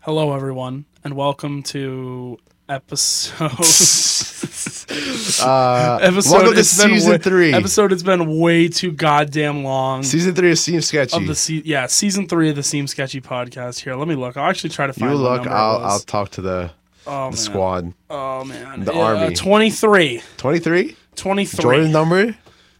Hello, everyone, and welcome to episode. Uh, episode welcome to it's been season way- three. Episode has been way too goddamn long. season three of Seems Sketchy. of the se- yeah season three of the Seam Sketchy podcast. Here, let me look. I'll actually try to find. you what look, number it I'll, I'll was. talk to the, oh, man. the squad. Oh man, The Yeah, army. Twenty three. 23? Twenty three. Jordan's number?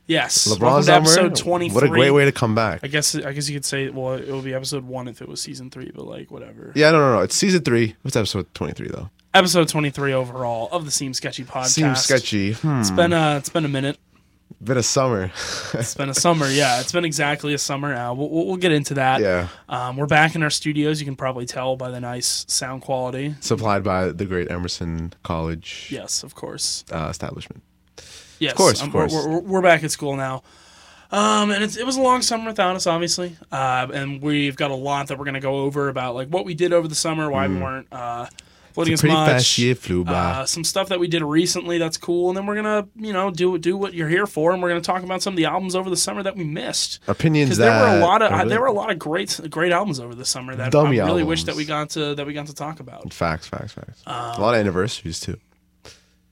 yes. Welcome LeBron's to number? episode twenty three. What a great way to come back. I guess I guess you could say well it would be episode one if it was season three, but like whatever. Yeah, no, no, no. It's season three. What's episode 23, though? Episode twenty three overall of the Seam Sketchy podcast. Seems Sketchy. Hmm. It's been a it's been a minute. Been a summer. It's been a summer. Yeah, it's been exactly a summer now. We'll, we'll, we'll get into that. yeah. Um, we're back in our studios. You can probably tell by the nice sound quality. Supplied by the great Emerson College Yes, of course. uh, establishment. Yes, um, course, of we're- course. We're, we're, we're back at school now. Um, and it's, it was a long summer without us, obviously. Uh, and we've got a lot that we're going to go over about like what we did over the summer, why we weren't uh, floating as Mm. Pretty much. fast year flew by. Uh, some stuff that we did recently that's cool, and then we're gonna, you know, do do what you're here for, and we're gonna talk about some of the albums over the summer that we missed. Opinions Because there that. were a lot of are there really- were a lot of great great albums over the summer that I Dummy really wish that we albums. got to that we got to talk about. Facts, facts, facts. Um, a lot of anniversaries, too.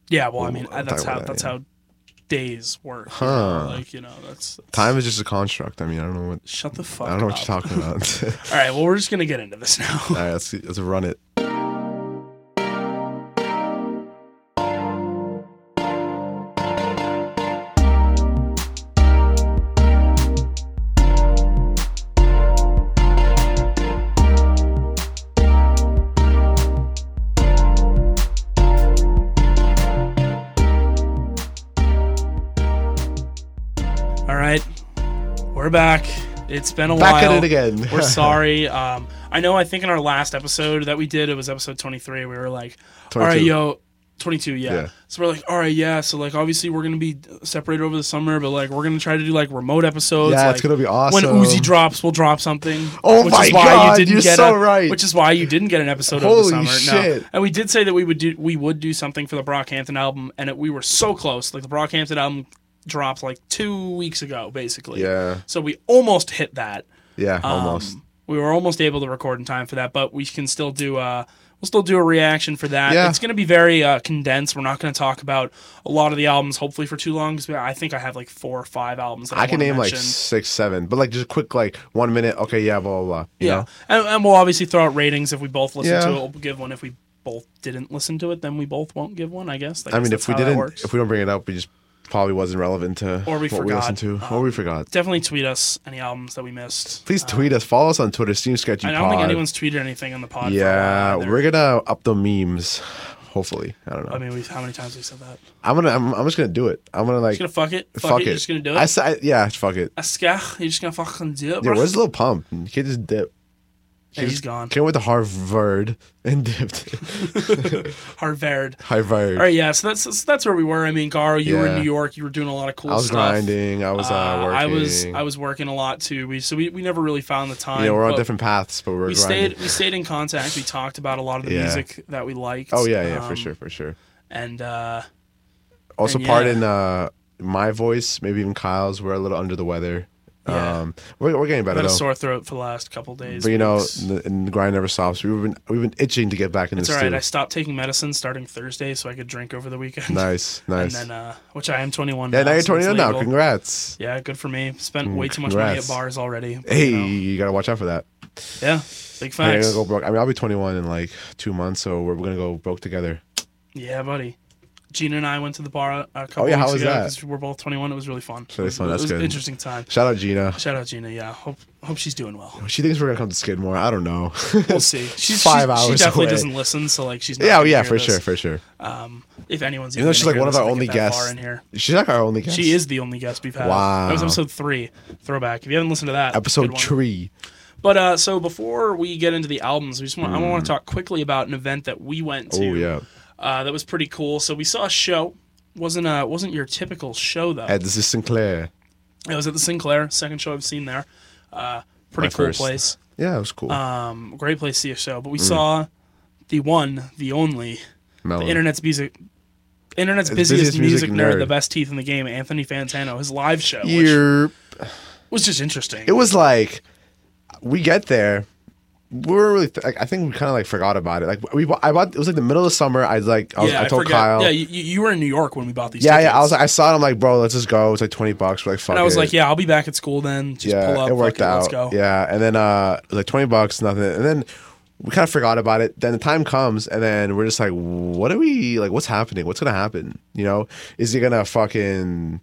Yeah, well, I mean We'll that's talk how about that, that's yeah. how days work. you Huh. know, Like you know, that's, that's- Time is just a construct. I mean, I don't know what. Shut the fuck. I don't know up. what you're talking about. All All right, well, we're just gonna get into this now. right, let's, let's run it. All right, we're back. It's been a Back while. at it again. We're sorry. Um, I know. I think in our last episode that we did, it was episode twenty three. We were like, all right, 22. yo. 22 yeah. Yeah. so we're like all right yeah so like obviously we're gonna be separated over the summer but like we're gonna try to do like remote episodes Yeah, like, it's gonna be awesome. when Uzi drops we'll drop something Oh which my is why God, you didn't you're get so a- right. which is why you didn't get an episode Holy over the summer shit. no and we did say that we would do we would do something for the Brockhampton album and it, we were so close like the Brockhampton album dropped like two weeks ago basically Yeah, so we almost hit that yeah, um, almost. We were almost able to record in time for that, but we can still do. Uh, we'll still do a reaction for that. Yeah. It's going to be very uh, condensed. We're not going to talk about a lot of the albums, hopefully, for too long. Because I think I have like four or five albums. That I, I can wanna name like mention. six, seven, but like just quick, like one minute. Okay, yeah, blah blah. blah you yeah, know? and, and we'll obviously throw out ratings if we both listen to it. Yeah. We'll give one if we both didn't listen to it. Then we both won't give one. I guess. I guess mean, that's if we how that didn't, works. if we don't bring it up, we just probably wasn't relevant to Or we what we forgot. Um, listened to, or we forgot. definitely tweet us any albums that we missed. Please tweet us, follow us on Twitter, Steam Sketchy uh, I Pod. don't think anyone's tweeted anything on the pod. for a yeah, while either. Uh, we're gonna up the memes. Hopefully, I don't know. I mean, we, how many times have we said that? I'm gonna, I'm, I'm just gonna do it. I'm gonna like Just gonna fuck it. Fuck, fuck it. You're just gonna do it. I, sa- I- yeah, fuck it. a skach. You're just gonna fucking do it, Yeah, bro. where's Lil Pump? You can't just dip. Yeah, he's gone. Came with the Harvard and dipped. Harvard. Harvard. All right, yeah. So that's so that's where we were. I mean, Garo, you were in Yeah. New York. You were doing a lot of cool I was stuff. grinding. I was uh, Uh, working. I was I was working a lot too. We so we, we never really found the time. Yeah, we're on but different paths, but we're We grinding. stayed we stayed in contact. We talked about a lot of the Yeah. music that we liked. oh yeah, yeah, for um, sure, for sure. And uh, Also, and pardon yeah. uh, my voice, maybe even Kyle's. We're a little under the weather. Yeah. Um, we're, we're I getting better had a though. sore throat for the last couple days. but you know, weeks. the, and the grind never stops. We've been we've been itching to get back in it's this. all right. too. I stopped taking medicine starting Thursday, so I could drink over the weekend. Nice, nice. And then, uh, which I am 21. yeah, now you're so it's 21 now. legal. Congrats. Yeah, good for me. Spent way too much money at Mm, congrats. bars already. but, Hey, you know. you gotta watch out for that. Yeah, big I, ain't facts. gonna go broke. I mean, I'll be 21 in like two months, so we're gonna go broke together. Yeah, buddy. Gina and I went to the bar a couple Oh, yeah, how weeks was ago that? because we're both 21. It was really fun. really It was- fun, It that's was an good. interesting time. Shout out Gina. Shout out Gina. Yeah, hope hope she's doing well. She thinks we're gonna come to Skidmore. I don't know. We'll see. She's Five she's- She hours definitely away. doesn't listen, so like she's not yeah, oh, gonna yeah, hear for this. sure, for sure. Um, if anyone's You know, even she's gonna like hear one of this, our I think, only at that bar guests. in here. She's like our only guest. She is the only guest we've had. Wow. That was episode three. Throwback. If you haven't listened to that, good Episode one. three. But uh, so before we get into the albums, we just want, I want to talk quickly about an event that we went to. Mm. Oh yeah. uh, that was pretty cool. So we saw a show. wasn't uh wasn't your typical show though. At this is Sinclair. it was at the Sinclair, second show I've seen there. Uh, pretty My cool first. Mm. place. Yeah, it was cool. Um, great place to see a show. But we saw the one, the only, Mellow. the internet's music. Internet's It's busiest, busiest music, music nerd, nerd. the best teeth in the game, Anthony Fantano, his live show, which Year. was just interesting. It was like we get there we were really. Th- like, I think we kind of like forgot about it. Like we, bought, I bought. It was like the middle of summer. I like. I, was, yeah, I told forget. Kyle. Yeah, Yeah, you, you you were in New York when we bought these. yeah, tickets. I was. Like, I saw it. I'm like, bro, let's just go. It's like twenty bucks. We're like, fuck. and I was it. like, yeah, I'll be back at school then. Just yeah, pull up. it worked fuck out. Let's go. Yeah, and then uh, it was like twenty bucks, nothing, and then we kind of forgot about it. Then the time comes, and then we're just like, what are we like? What's happening? What's gonna happen? You know, is he gonna fucking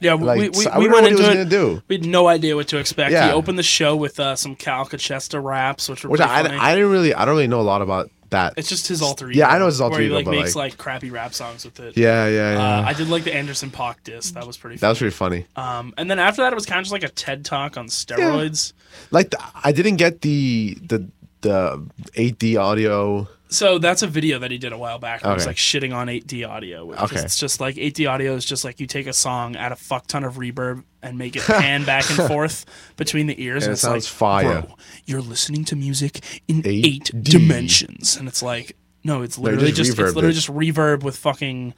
Yeah, we, like? we, we, so- I we wouldn't went know what he into was it. gonna do. We had no idea what to expect. Yeah. He opened the show with uh, some Cal Cachesta raps, which were Which pretty I, funny. I didn't really, I don't really know a lot about that. it's just his alter ego. Yeah, I know it's his alter where ego, He like but, makes like- like crappy rap songs with it. yeah, yeah, yeah. Uh, I did like the Anderson Pock disc. That was pretty. that Fun. was pretty funny. um, and then after that, it was kind of just like a TED talk on steroids. Like, the, I didn't get the the the 8D audio. So that's a video that he did a while back. Where It was Okay. like shitting on 8D audio. Which Okay. is, it's just like 8D audio is just like you take a song, add a fuck ton of reverb, and make it pan back and forth between the ears. and And it it's sounds like, fire. Bro, you're listening to music in 8 8D. dimensions, and it's like no, it's literally just just, reverbed it's literally it. just reverb with fucking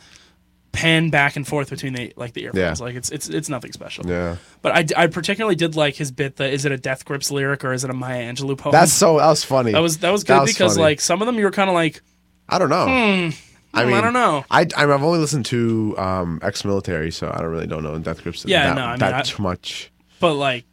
pan back and forth between the like the earphones. Yeah. Like it's it's it's nothing special. Yeah, But I, I particularly did like his bit that is it a Death Grips lyric or is it a Maya Angelou poem? that's so that was funny. that was that was good that was because funny. like some of them you were kind of like I don't know. "Hmm, I, don't know. I, I have only listened to um, ex-military, so I don't really don't know Death Grips. Yeah, that, no, I mean, that I- too much. But like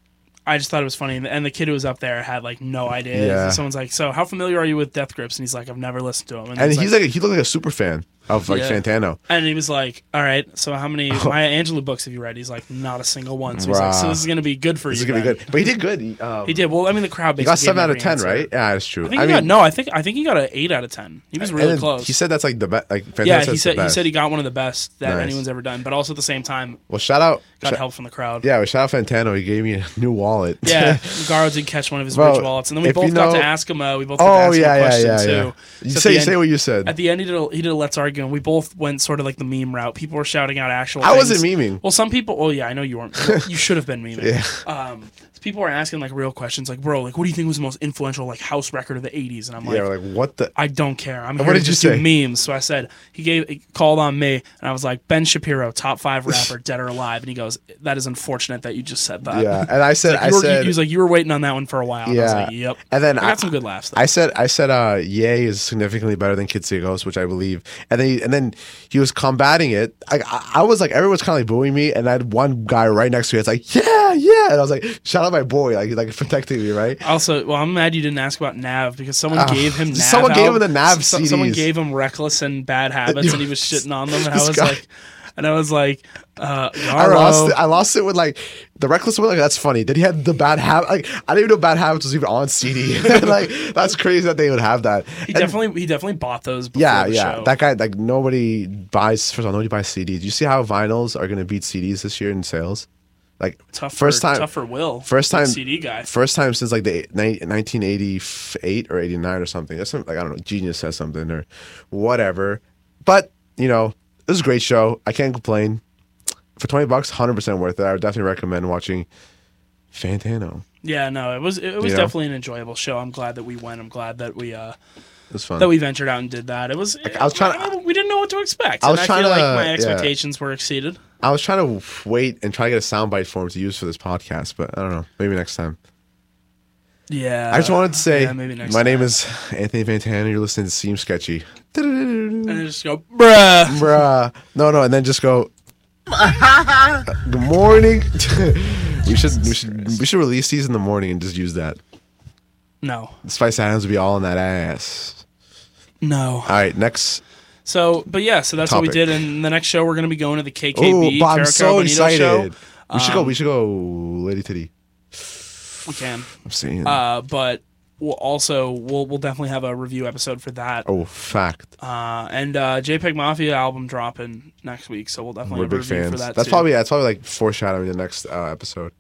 I just thought it was funny and the, and the kid who was up there had like no idea. Yeah. Someone's like, "So, how familiar are you with Death Grips?" and he's like, "I've never listened to him." And he's like, he looked like a super fan of like Yeah. Santano. and he was like, "All right, so how many Maya Angelou books have you read?" He's like, "Not a single one." So he's like, "So Bruh. this is going to be good for This you." is gonna be then." good, but he did good. He, um, He did. Well, I mean, the crowd he got basically gave seven him out of every ten, answer. right? Yeah, that's true. I think he got no. I think I think he got an eight out of ten. He was and really then close. He said that's like the best. Like, Fantastic Yeah, he said the he best. said he got one of the best that Nice. anyone's ever done, but also at the same time Well, shout out. got sh- help from the crowd. yeah, well, shout out Fantano. He gave me a new wallet. Yeah, Garo did catch one of his Bro, bridge wallets, and then we if you both got know- to ask him. Uh, we both got to oh ask yeah, him a yeah, question yeah, too. yeah. You So at say the you end- say what you said. At the end, he did a he did a let's argue, and we both went sort of like the meme route. People were shouting out actual. I wasn't things. memeing. Well, some people. Oh yeah, I know you weren't. you should have been memeing. Um, people were asking like real questions, like bro, like what do you think was the most influential like house record of the '80s? And I'm like, yeah, we're like what the? I don't care. I'm here what to did you just do memes. So I said he gave he called on me, and I was like Ben Shapiro, top five rapper, dead or alive. And he goes, "That is unfortunate that you just said that." Yeah, and I said, Like, you I were- said, he was like, "You were waiting on that one for a while." And I was Yeah. like, "Yep." and then I I, got some good laughs. Though. I said I said uh Ye is significantly better than Kid City Ghost, which I believe. And then he, and then he was combating it. I I, I was like everyone's kind of like booing me, and I had one guy right next to me. It's like yeah, yeah, and I was like shout out my boy, like he's like protecting me, right? also, well, I'm mad you didn't ask about Nav because someone gave him Nav. someone gave him the album- Nav so- Someone CDs. gave him Reckless and Bad Habits, and he was shitting on them. And I This was guy- like, and I was like, uh, I lost Yarrow. it. I lost it with like the reckless one. Like that's funny. Then he had the bad habit. Like I didn't even know bad habits was even on CD. like that's crazy that they would have that. He And- definitely he definitely bought those. Before yeah, the yeah. Show. That guy, like nobody buys. First of all, nobody buys CDs. You see how vinyls are going to beat CDs this year in sales? Like tough first for, time, tough for Will. first the time- CD guy. first time since like the nineteen eighty eight or eighty nine or something. That's some, like I don't know. Genius says something or whatever. But you know, this is a great show. I can't complain. For twenty bucks, hundred percent worth it. I would definitely recommend watching Fantano. Yeah, no, it was it was You know? definitely an enjoyable show. I'm glad that we went. I'm glad that we uh It was fun. that we ventured out and did that. It was I was trying to- mean, we didn't know what to expect. I was and trying I feel to- like my yeah. expectations were exceeded. I was trying to wait and try to get a soundbite for him to use for this podcast, but I don't know. Maybe next time. Yeah. I just wanted to say, Uh, yeah, maybe next my time. name is Anthony Fantana. You're listening to Seem Sketchy. and I just go, bruh. Bruh. No, no, and then just go. Good morning. we should we should we should release these in the morning and just use that. No, Spice Adams would be all in that ass. no. All right, next. So, but yeah, so that's what we Ah. Topic. did. And the next show, we're gonna be going to the KKB. Oh, Bob, I'm Caro so Caro Bonito excited. Show. Um, we should go. We should go, Lady Titty. We can, I'm saying. uh, but we'll also we'll we'll definitely have a review episode for that. oh, fact. Uh, and uh, JPEG Mafia album dropping next week, so we'll definitely We're have a big review for fans. that. that's too. probably that's probably like foreshadowing the next uh, episode.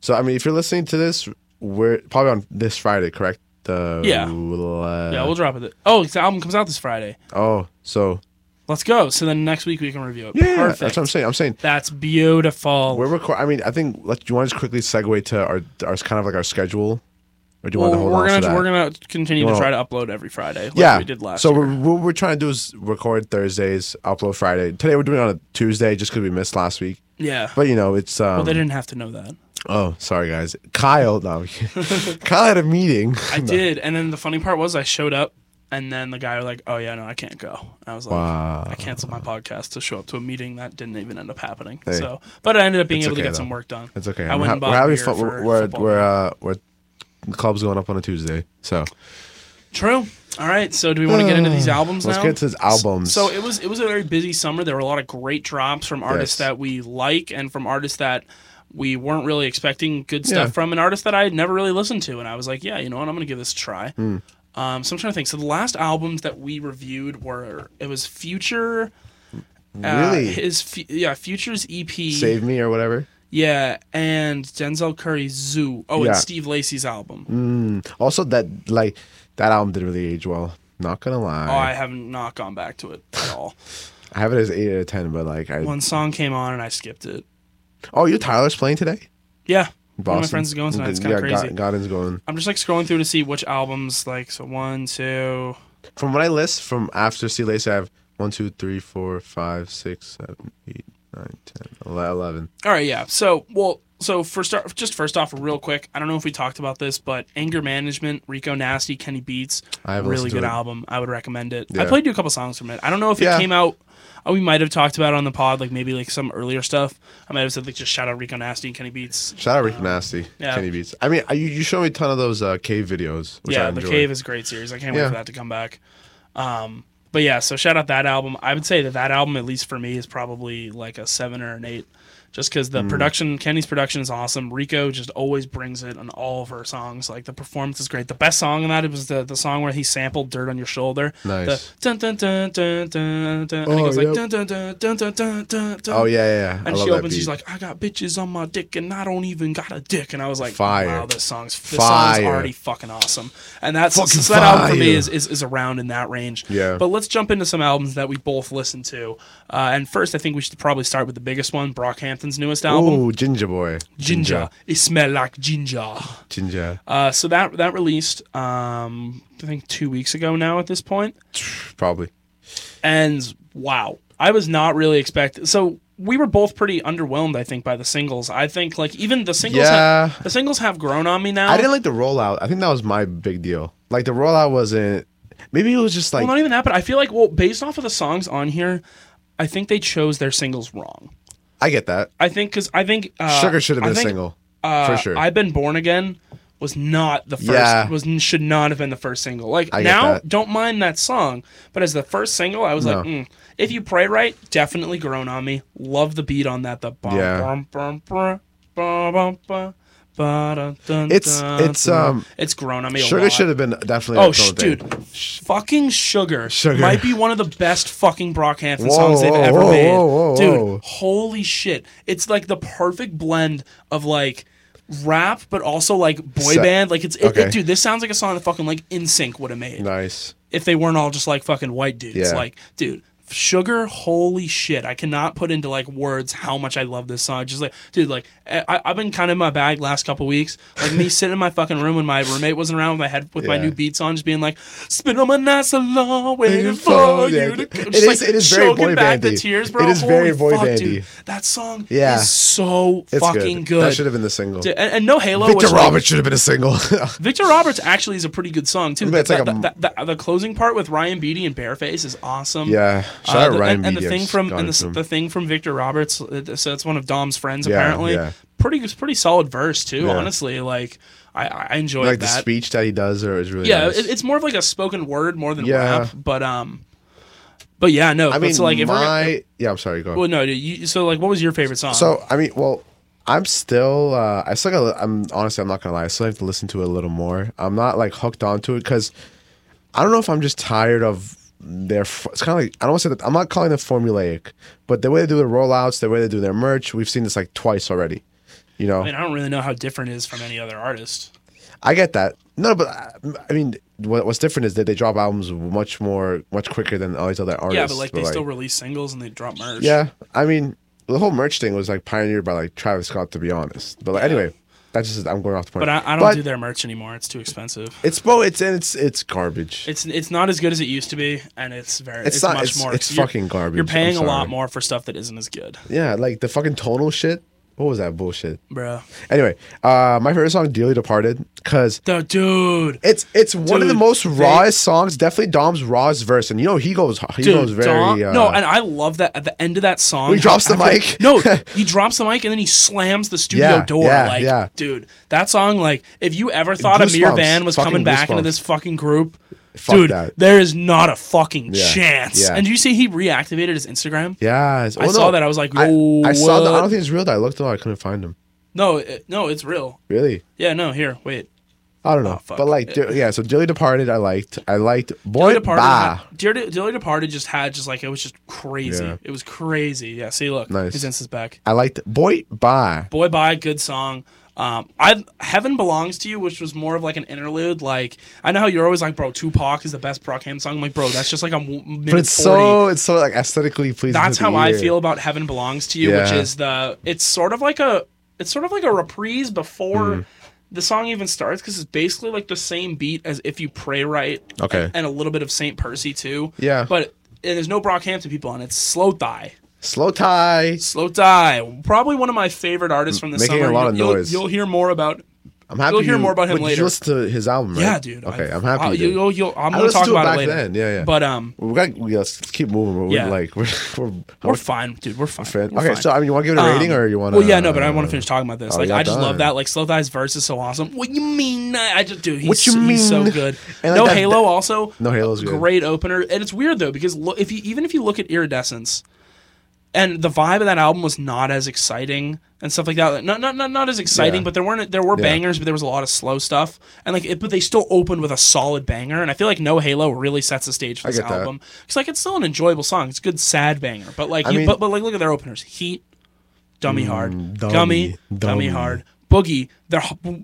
So I mean, if you're listening to this, we're probably on this Friday, correct? The Yeah. uh, yeah, we'll drop it. Oh, the album comes out this Friday. oh, so Let's go. So then next week we can review it. yeah, Perfect. that's what I'm saying. I'm saying That's beautiful. we're record. I mean, I think let do you want to just quickly segue to our our kind of like our schedule, or do you Well, want to hold we're on gonna to that? we're gonna continue to Well- try to upload every Friday. Like yeah, we did last. So year. we're, what we're trying to do is record Thursdays, upload Friday. Today we're doing it on a Tuesday just because we missed last week. yeah. But you know, it's um, well, they didn't have to know that. Oh, sorry guys. Kyle, no, Kyle had a meeting. I did, and then the funny part was I showed up, and then the guy was like, "Oh yeah, no, I can't go." And I was like, Wow. "I canceled my podcast to show up to a meeting that didn't even end up happening." Hey. So, but I ended up being It's able to okay, get some though. work done. It's okay. I I'm went ha- and we're bought having beer fun. for We're we're, football we're uh we're the club's going up on a Tuesday, so True. All right. So, do we want to get into these albums let's now? get to his albums. So it was it was a very busy summer. There were a lot of great drops from artists Yes. that we like and from artists that we weren't really expecting good stuff Yeah. from, an artist that I had never really listened to, and I was like, yeah, you know what, I'm gonna give this a try. Hmm. Um, so I'm trying to think. So the last albums that we reviewed were it was Future, uh, Really? his fu- yeah Future's EP, save me or whatever. yeah, and Denzel Curry's Zoo. Oh, Yeah. Hmm. and Steve Lacy's album. Also, that like that album didn't really age well. Not gonna lie, Oh, I have not gone back to it at all. I have it as eight out of ten. But like, I One song came on and I skipped it. oh, you Tyler's playing today. Yeah, Boston. Mm-hmm. one of my friends is going tonight. It's kind of yeah, crazy. Ga- Godin's going. I'm just like scrolling through to see which albums, like, so one, two. From what I list, from after Sea Lace, I have one, two, three, four, five, six, seven, eight, nine, ten, ele- eleven. All right, yeah. So, well, so for start, just first off, real quick, I don't know if we talked about this, but Anger Management, Rico Nasty, Kenny Beats, I haven't really listened good to it. album. I would recommend it. I Yeah. played you a couple songs from it. I don't know if Yeah. it came out. Oh, we might have talked about it on the pod, like maybe like some earlier stuff. I might have said like just shout out Rico Nasty and Kenny Beats. Shout out Rick Nasty, yeah. Kenny Beats. I mean, I, you, you showed me a ton of those uh, cave videos, which I yeah, the enjoy. cave is a great series. I can't wait Yeah. for that to come back. Um, but yeah, so shout out that album. I would say that that album, at least for me, is probably like a seven or an eight, just because Mm. the production, Kenny's production is awesome. Rico just always brings it on all of her songs. Like the performance is great. The best song in that it was the the song where he sampled "Dirt on Your Shoulder." Nice. The dun dun dun dun dun dun. I think it Oh, was like yep. dun dun dun dun dun dun dun. dun. Oh yeah, yeah. yeah. I And love she that opens, she's beat. like, I got bitches on my dick and I don't even got a dick. And I was like, Fire. wow, this song's, this song's Fire. already fucking awesome. And that's Fucking so that album for me fire. is, is, is around in that range. Yeah. But let's jump into some albums that we both listened to. Uh, and first, I think we should probably start with the biggest one, Brockhampton's newest album, "Ooh, Ginger Boy, Ginger. It smell like ginger. Ginger." Uh, so that that released, um, I think, two weeks ago now at this point Probably. and wow i was not really expecting so we were both pretty underwhelmed i think by the singles i think like even the singles Yeah. have, the singles have grown on me now I didn't like the rollout. I think that was my big deal. Like the rollout wasn't. Maybe it was just like well, not even that but i feel like well based off of the songs on here i think they chose their singles wrong I get that. i think because i think uh, Sugar should have I been a think, single uh, for sure. i've been born again was not the first Yeah. was should not have been the first single like I get now that. don't mind that song but as the first single i was like No. mm. if you pray right definitely grown on me love the beat on that the bum, Yeah. bum, bum, brum, bum, bum, bum, ba, dun, dun, It's- dun, it's, dun. um, it's grown on me a Sugar lot. should have been definitely. Oh, its sh- own thing. dude, fucking sugar, Sugar. might be one of the best fucking Brockhampton Whoa, songs they've whoa, ever whoa, made, whoa, whoa, dude. whoa. Holy shit! It's like the perfect blend of like rap, but also like boy Se- band. Like it's, it, Okay. it- dude. This sounds like a song that fucking like InSync would have made Nice. if they weren't all just like fucking white dudes. Yeah. Like, dude. Sugar, holy shit! I cannot put into like words how much I love this song. Just like, dude, like eh, I, I've been kind of in my bag last couple weeks. Like me sitting in my fucking room when my roommate wasn't around with my head with my Yeah. new beats on, just being like, "Spend all my nights alone waiting for Yeah. you." To come." It Just, is- like, it is very choking boy back the bandy. tears, bro. It is very Holy boy fuck, dude. bandy. That song Yeah. is so It's fucking good. That should have been the single. Dude, and, and no Halo. Victor which, like, Roberts should have been a single. Victor Roberts actually is a pretty good song too. But it's the, like a- the, the, the- the closing part with Ryan Beatty and Bareface is awesome. yeah. Shout Uh, out the- Ryan and, and the Beatty, thing I've from gone and to the, him. the thing from Victor Roberts, uh, so it's one of Dom's friends Yeah, apparently. yeah. Pretty pretty solid verse too. Yeah. Honestly, like I I enjoyed like the that. speech that he does, or is really yeah, nice. it, it's more of like a spoken word more than Yeah. rap, but um, but yeah, no. I mean, so like if we're my gonna- yeah. I'm sorry. Go. On. well, no, dude, you, so like what was your favorite song? So I mean, well, I'm still, uh, I still got. I'm honestly, I'm not gonna lie. I still have to listen to it a little more. I'm not like hooked onto it because I don't know if I'm just tired of their. f- It's kind of like I don't want to say that. I'm not calling them formulaic, but the way they do the rollouts, the way they do their merch, we've seen this like twice already. You know, I mean, I don't really know how different it is from any other artist. I get that. No, but I, I mean, what, what's different is that they drop albums much more, much quicker than all these other artists. Yeah, but like they still release singles and they drop merch. Yeah, I mean, the whole merch thing was like pioneered by like Travis Scott, to be honest. But like, anyway, that's just I'm going off the point. But I, I don't But do their merch anymore. It's too expensive. It's bo- it's and it's it's garbage. It's it's not as good as it used to be, and it's very it's, It's not- much it's- more. it's you're- fucking garbage. You're paying I'm a lot sorry. more for stuff that isn't as good. yeah, like the fucking tonal shit. What was that bullshit? bro. Anyway, uh, my favorite song, "Dearly Departed," because The dude, it's it's one of the Dude, most they- rawest songs. Definitely Dom's rawest verse, and you know he goes he goes dude, very Dom- uh, no, and I love that at the end of that song. He drops the mic. no, he drops the mic and then he slams the studio Yeah, door. yeah, like, yeah. dude, that song. Like, if you ever thought Amir Goosebumps. Van was Fucking coming back into goosebumps. this fucking group, Fuck dude, that. there is not a fucking Yeah, chance. yeah. And did you see he reactivated his Instagram? yeah, it's- I oh, saw no. that. I was like, I, Yo, I saw that. I what?" don't think it's real. That I looked though, I couldn't find him. No, it, no, it's real. Really, Yeah, no, here, wait. I don't know. Oh, fuck. but like, yeah. yeah. So "Dearly Departed," I liked. I liked Dilly "Boy Departed, Bah." had- Dear Dilly Departed just had just like it was just crazy. Yeah. It was crazy. Yeah, see, look, Nice. his Insta's back. I liked "Boy Bah." Boy Bye, good song. Um, I Heaven Belongs to You, which was more of like an interlude. Like I know how you're always like, bro, Tupac is the best Brock Ham song. I'm like, bro, that's just like a w- minute But 40. it's so it's so like aesthetically pleasing. to That's the how I ear. feel about Heaven Belongs to You, which Yeah. is the it's sort of like a it's sort of like a reprise before Hmm. the song even starts because it's basically like the same beat as if you pray right. Okay. And a little bit of Saint Percy too. Yeah. But and there's no Brockhampton people on it. It's Slow Thigh. Slow tie. Slow Thigh. Probably one of my favorite artists from the Making a summer. lot You'll- of you'll, noise. You'll, hear more about. I'm happy. You'll hear you- more about him but did later. You listen to his album, right? Yeah, dude. Okay, I- i am happy. I'll- you did. you'll, you'll, I'm I gonna listened talk to it about back it later. then, yeah, yeah. But um, we got we got to keep moving. We're Yeah. like we're we're, we're fine, dude. We're fine. friends. We're Okay, fine. so I mean, you want to give it a rating Um, or you want? Well, yeah, no, but I want to finish talking about this. oh, like, yeah, I just love done. that. Like, Slow Thigh's verse is so awesome. What you mean? I I just, dude, he's, What you he's so mean? good. And, like, no that- Halo, also. No Halo's good. Great opener, and it's weird though because lo- if you even if you look at Iridescence, and the vibe of that album was not as exciting and stuff like that. Not not not, not as exciting, Yeah. but there weren't there were Yeah. bangers, but there was a lot of slow stuff. And like, it, but they still opened with a solid banger, and I feel like No Halo really sets the stage for this get that. album because like it's still an enjoyable song. It's a good sad banger, but like I you, mean- but but like look at their openers: Heat, Dummy Hard, Mm, dummy, Gummy, Dummy, dummy. Hard, Boogie. They're h-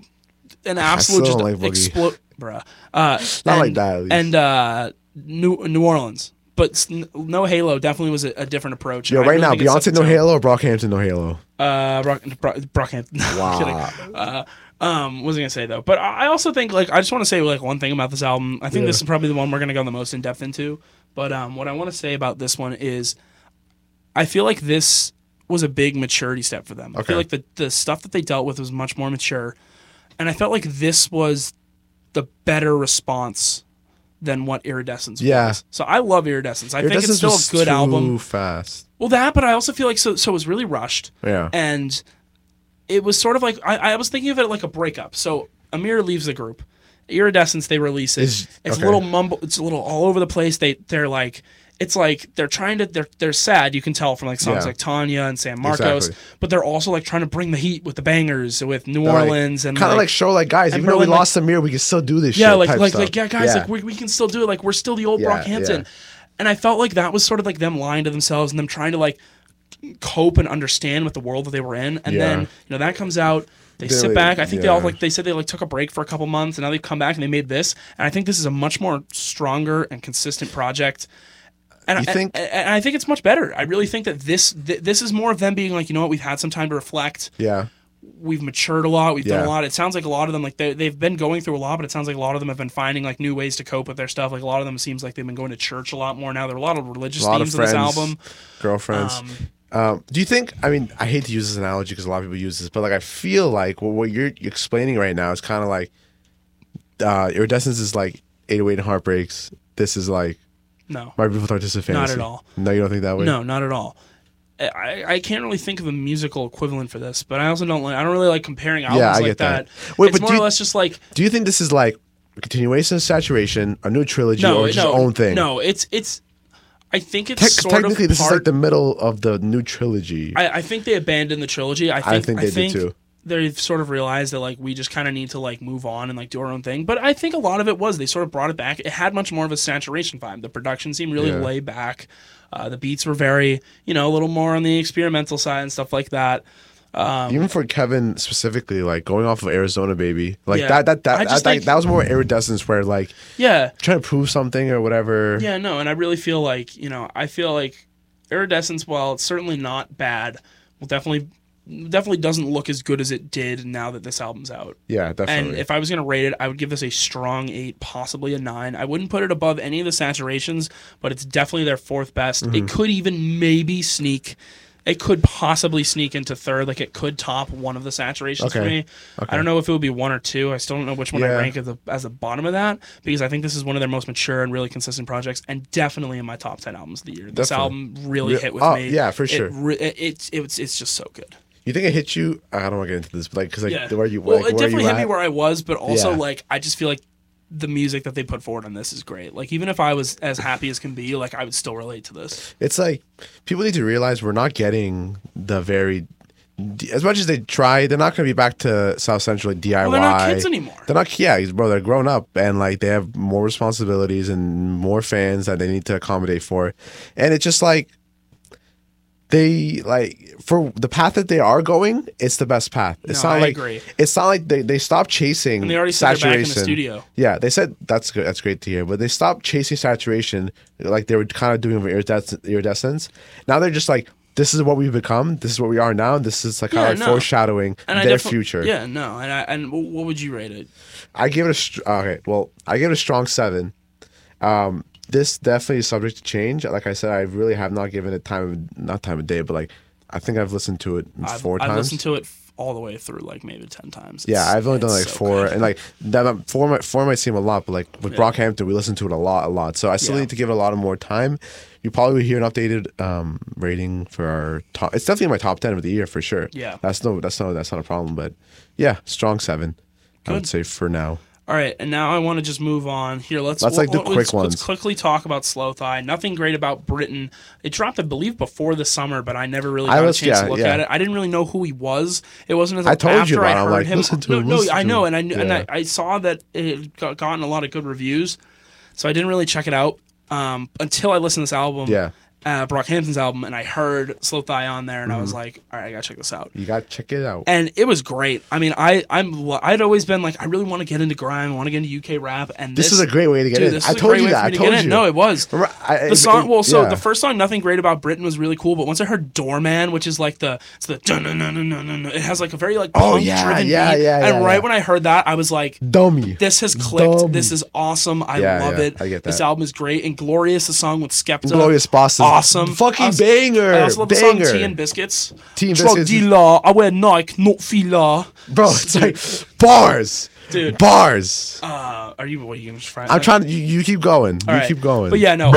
an absolute still just don't like Boogie. explode, bruh. Uh, Not and, like that, at least. And uh, New New Orleans, but s- n- no Halo definitely was a, a different approach. Yo, I right really now, think it Beyonce set no the tone. Halo or Brockhampton no Halo. Uh, Brock, Brock, Brockhampton. No, I'm Wow. kidding. Uh, um, what was I gonna say though? But I I also think like I just want to say like one thing about this album. I think this is probably the one we're gonna go the most in depth into. But um, what I want to say about this one is, I feel like this was a big maturity step for them. I Okay. feel like the the stuff that they dealt with was much more mature, and I felt like this was the better response than what Iridescence Yeah. was. So I love Iridescence. I think it's Iridescence still was a good too album. Fast. Well, that, but I also feel like so so it was really rushed Yeah. and it was sort of like I, I was thinking of it like a breakup. So Amir leaves the group. Iridescence they release it. Is- It's, okay. a little mumble. It's a little all over the place. They they're like it's like they're trying to they're they're sad. You can tell from like songs Yeah. like Tanya and San Marcos, Exactly. but they're also like trying to bring the heat with the bangers with New Like, Orleans and kind of like, show like guys, even though we Berlin, like- lost Amir, we can still do this. yeah, shit like type like stuff. like yeah, guys, Yeah. like we, we can still do it. Like we're still the old Yeah, Brockhampton, yeah. and I felt like that was sort of like them lying to themselves and them trying to like cope and understand with the world that they were in, and Yeah. then you know that comes out. They They- sit back. I think they all yeah. like they said they like took a break for a couple months, and now they've come back and they made this. And I think this is a much more stronger and consistent project. And You I think- and, and I think it's much better. I really think that this th- this is more of them being like, you know what, we've had some time to reflect yeah, we've matured a lot. We've done Yeah. a lot. It sounds like a lot of them, like they, they've been going through a lot, but it sounds like a lot of them have been finding like new ways to cope with their stuff. Like a lot of them seems like they've been going to church a lot more now. There are a lot of religious a lot of themes in friends, this album. girlfriends. Um, do you think? I mean, I hate to use this analogy because a lot of people use this, but like I feel like what, what you're explaining right now is kind of like uh, iridescence is like 808 and heartbreaks. This is like No, my beautiful dark twisted Not fantasy. at all. No, you don't think that way. no, not at all. I- I, I can't really think of a musical equivalent for this, but I also don't like I don't really like comparing albums I like get that. that. Wait, it's but more do or you- less just like Do you think this is like a continuation of saturation, a new trilogy, no, or just no, own thing? no. It's it's. I think it's Tec- sort technically, of this part, is like the middle of the new trilogy. I, I think they abandoned the trilogy. I think, think they did too. They've sort of realized that like we just kind of need to like move on and like do our own thing. But I think a lot of it was they sort of brought it back. It had much more of a saturation vibe. The production seemed really Yeah. laid back. Uh, the beats were very you know a little more on the experimental side and stuff like that. um, Even for Kevin specifically, like going off of Arizona Baby, like Yeah. that, that, I that, that, just that, think- that was more iridescence where like Yeah, trying to prove something or whatever. yeah, no. And I really feel like you know I feel like Iridescence, while it's certainly not bad, will definitely definitely doesn't look as good as it did now that this album's out. Yeah, And definitely. if I was going to rate it, I would give this a strong eight, possibly a nine. I wouldn't put it above Mhm. any of the saturations, but it's definitely their fourth best. It could even maybe sneak It could possibly sneak into third. Like it could top one of the saturations for Okay. me. I Okay. don't know if it would be one or two. I still don't know which one I Yeah. rank at the, as the bottom of that because I think this is one of their most mature and really consistent projects, and definitely in my top ten albums of the year. This Definitely. album really Re- hit with oh, me. yeah, for It sure. re- it, it's it's it's just so good. You think it hit you? I don't want to get into this, but like, because like, Yeah. where you, well, like, it where definitely you hit me at? where I was, but also Yeah. like I just feel like the music that they put forward on this is great. Like even if I was as happy as can be, like I would still relate to this. it's like people need to realize we're not getting the very as much as they try they're not going to be back to south central like, diy Well, they're not kids anymore. they're not yeah bro they're grown up and like they have more responsibilities and more fans that they need to accommodate for and it's just like they like for the path that they are going it's the best path it's No, not I like agree. it's not like they, they stopped chasing And they already said they're back in the studio. yeah, they said that's good. That's great to hear. But they stopped chasing saturation, like they were kind of doing with iridescence. iridescence. Now they're just like, this is what we've become. This is what we are now. And this is like Yeah, kind of like no. foreshadowing And I their defi- future. Yeah, no. And I, and wh- what would you rate it? I give it a str- okay. Well, I give it a strong seven. Um, this definitely is subject to change. Like I said, I really have not given it time of not time of day, but like I think I've listened to it I've, 4 I've times. listened to it f- all the way through, like maybe ten times. Yeah, It's- I've only done it's like so four, good. and like that um, four might four might seem a lot, but like with Brockhampton, we listened to it a lot, a lot. So I still Yeah. need to give it a lot of more time. You probably will hear an updated um, rating for our top. It's definitely my top ten of the year for sure. Yeah. that's no, that's no, that's not a problem. But yeah, strong seven, I would say for now. All right, and now I want to just move on. Here, let's Let's, like, do quick let's, ones. Let's quickly talk about Slow Thigh. Nothing great about Britain. It dropped, I believe, before the summer, but I never really I got was- a chance to yeah, look yeah. at it. I didn't really know who he was. It wasn't until I told after you about I it. I'm heard like, him. listen to no, him, no, listen I to know, him. and I knew, and I, Yeah. I saw that it got gotten a lot of good reviews, so I didn't really check it out um, until I listened to this album. Yeah. Uh, Brockhampton's album, and I heard Slow Thigh on there, and I Mm-hmm. was like, "All right, I gotta check this out." You got to check it out. and it was great. I mean, I I'm I'd always been like I really want to get into grime, I want to get into UK rap, and This this, is a great way to get dude, in. this I is a told great you way that. for me I to told get in. you. No, it was. Remember, I- The song, it- well, so yeah. the first song, nothing great about Britain, was really cool. But once I heard "Doorman," which is like the it's the dun- dun- dun- dun- dun- dun- dun, it has like a very like Oh, punk yeah, driven yeah, beat. yeah, yeah, and right yeah. when I heard that, I was like, dummy. "This has clicked. Dumb. This is awesome. I Yeah, love yeah, it. I get This that. album is great." And "Glorious," the song with Skepta, Glorious bosses. awesome, Fucking I also- banger. I also love the banger. song "Tea and Biscuits." Tea and Drug Biscuits is- dealer, I wear Nike, not fila. Bro, it's like bars. Dude. Bars. Uh, are you? What are you gonna try? I'm trying to. You, you keep going. you keep going. But yeah, no.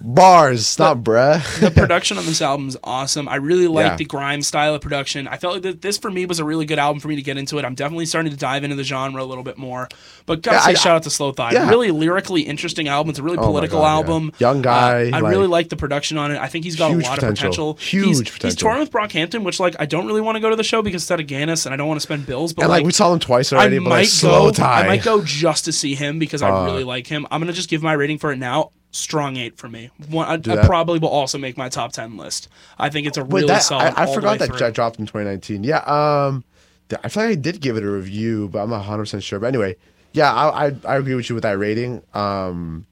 Bars, stop, bruh. The production on this album is awesome. I really like Yeah. the grime style of production. I felt like that this for me was a really good album for me to get into it. I'm definitely starting to dive into the genre a little bit more. But gotta Yeah, say, I- shout out to Slow Thigh. yeah. Oh Really lyrically interesting album. It's a really my political God, yeah. album. Young guy, Uh, I like- really like the production on it. I think he's got a Huge lot potential. of potential. Huge he's, He's potential. touring with Brockhampton, which like I don't really want to go to the show because it's at a Gannis and I don't want to spend bills. But and like like we saw them twice I already, but like might slow go. tie. Uh. I might go just to see him because I really like him. I'm gonna just give my rating for it now. Strong eight for me. One, I, I that. probably will also make my top ten list. I think it's a Wait, really that, solid. I, I all the way forgot that through. that dropped in 2019. Yeah, um, th- I feel like I did give it a review, but I'm not 100 percent sure. But anyway, yeah, I, I I agree with you with that rating. Um.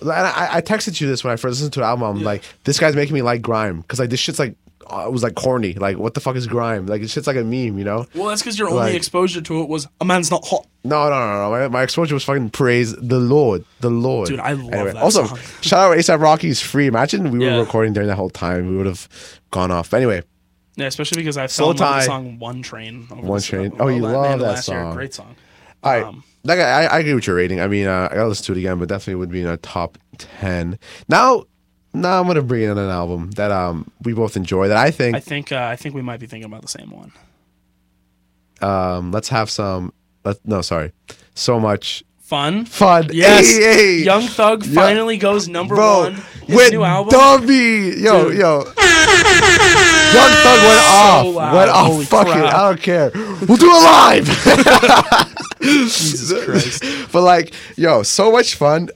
And I, I texted you this when I first listened to the album. I'm like, this guy's making me like grime because like this shit's like, uh, it was like corny. Like, what the fuck is grime? Like, this shit's like a meme, you know? Well, that's because your only Like- exposure to it was a man's not hot. No, no, no, no. My, my exposure was fucking praise the Lord, the Lord. Dude, I love that Also, song. shout out ASAP Rocky's free. Imagine we Yeah. were recording during that whole time, we would have gone off. But anyway, Yeah, especially because I fell Slow in love with the Tie. song "One Train." Over One this- Train. uh, Oh, you la- love end of that last year. song. Great song. all right. Um, like I, I agree with your rating. I mean, uh, I gotta listen to it again, but definitely would be in a top ten. Now, now I'm gonna bring in an album that um we both enjoy that I think I think uh, I think we might be thinking about the same one. um let's have some. Let, no, sorry, so much Fun. fun. Yes. Hey, hey. Young Thug Yeah. finally goes number bro one. His with new album. Dummy. Yo, Dude. yo. Young Thug went off. loud. Went off. Holy Fuck crap. it. I don't care. We'll do it live. Jesus Christ. but like, yo, so much fun.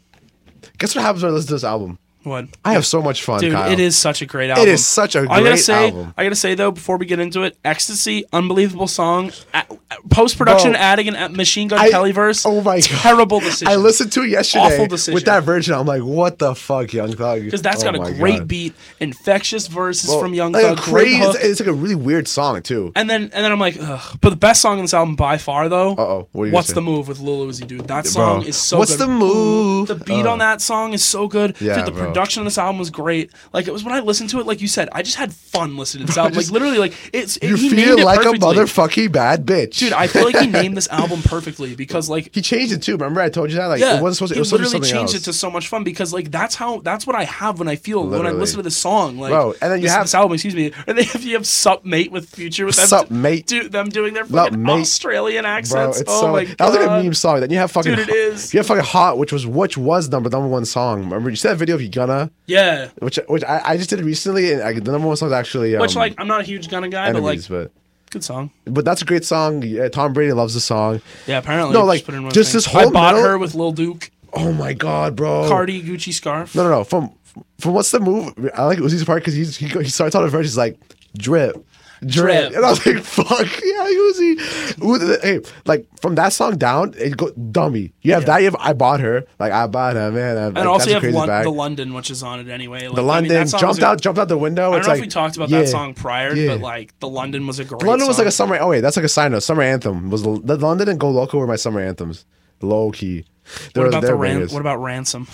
Guess what happens when I listen to this album? What? I have so much fun, Dude, Kyle. it is such a great album. is such a I gotta great say, album. I gotta say though, before we get into it, "Ecstasy," unbelievable song, a- a- post production Bro. adding an uh, Machine Gun I- Kelly verse. oh my God. terrible decision. I listened to it yesterday Awful decision. with that version. I'm like, what the fuck, Young Thug? because that's Oh got my a great God. beat, infectious verses Well, from Young like a Thug, great crazy- hook. It's like a really weird song too. And then and then I'm like, Ugh. but the best song on this album by far though. Uh-oh. What are you gonna What's say? the move with Lil Uzi dude? That song is so. What's good. the move? The beat on that song is so good. Uh. Yeah, Dude, the bro. production on this album was great. Like it was when I listened to it, like you said, I just had fun listening to this album. like literally, like it's it, You he feel named it like a perfectly. motherfucking bad bitch, Dude, I feel like he named this album perfectly because like He changed it too. Remember, I told you that. Like, yeah, it wasn't supposed. To, he it was supposed to literally be something changed else. it to so much fun because like that's how that's what I have when I feel when I Literally. listen to this song. Like, Bro, and then you this, have- this album, excuse me, and then if you have Sup Mate with Future with them, Sup Mate. do, them doing their Sup fucking Mate. Australian Bro, accents. it's oh so, my that was like a God. meme song. Then you have fucking Dude, it is. You have fucking hot, which was which was number number one song. Remember, you said that video of you gonna, Yeah, which which I, I just did recently, and I, the number one song is actually um, which like I'm not a huge Gunna guy, enemies, but like but good song. but that's a great song. Yeah, Tom Brady loves the song. Yeah, apparently. No, I like, put in one just thing. this whole I bought middle- her with Lil Duke, Oh my god, bro! Cardi, Gucci scarf. No, no, no. From from what's the move? I like Uzi's part because he he starts out a verse. He's like drip, drip, Drip. and I was like, "Fuck yeah, Uzi!" Uzi- Hey, like from that song down, it go dummy. You have that. You have I bought her. Like I bought her, man. I, and like, also that's a you have crazy Lon- bag. the London, which is on it anyway. Like, I The mean, London that song was jumped a- out, jumped out the window. I don't it's know like, if we talked about yeah. that song prior, yeah. but like the London was a great. London was like a song. summer. Oh wait, that's like a sign of summer anthem. Was the the London and Go Loco were my summer anthems. Low key. They What were- about they the were ran- bangers. What about ransom?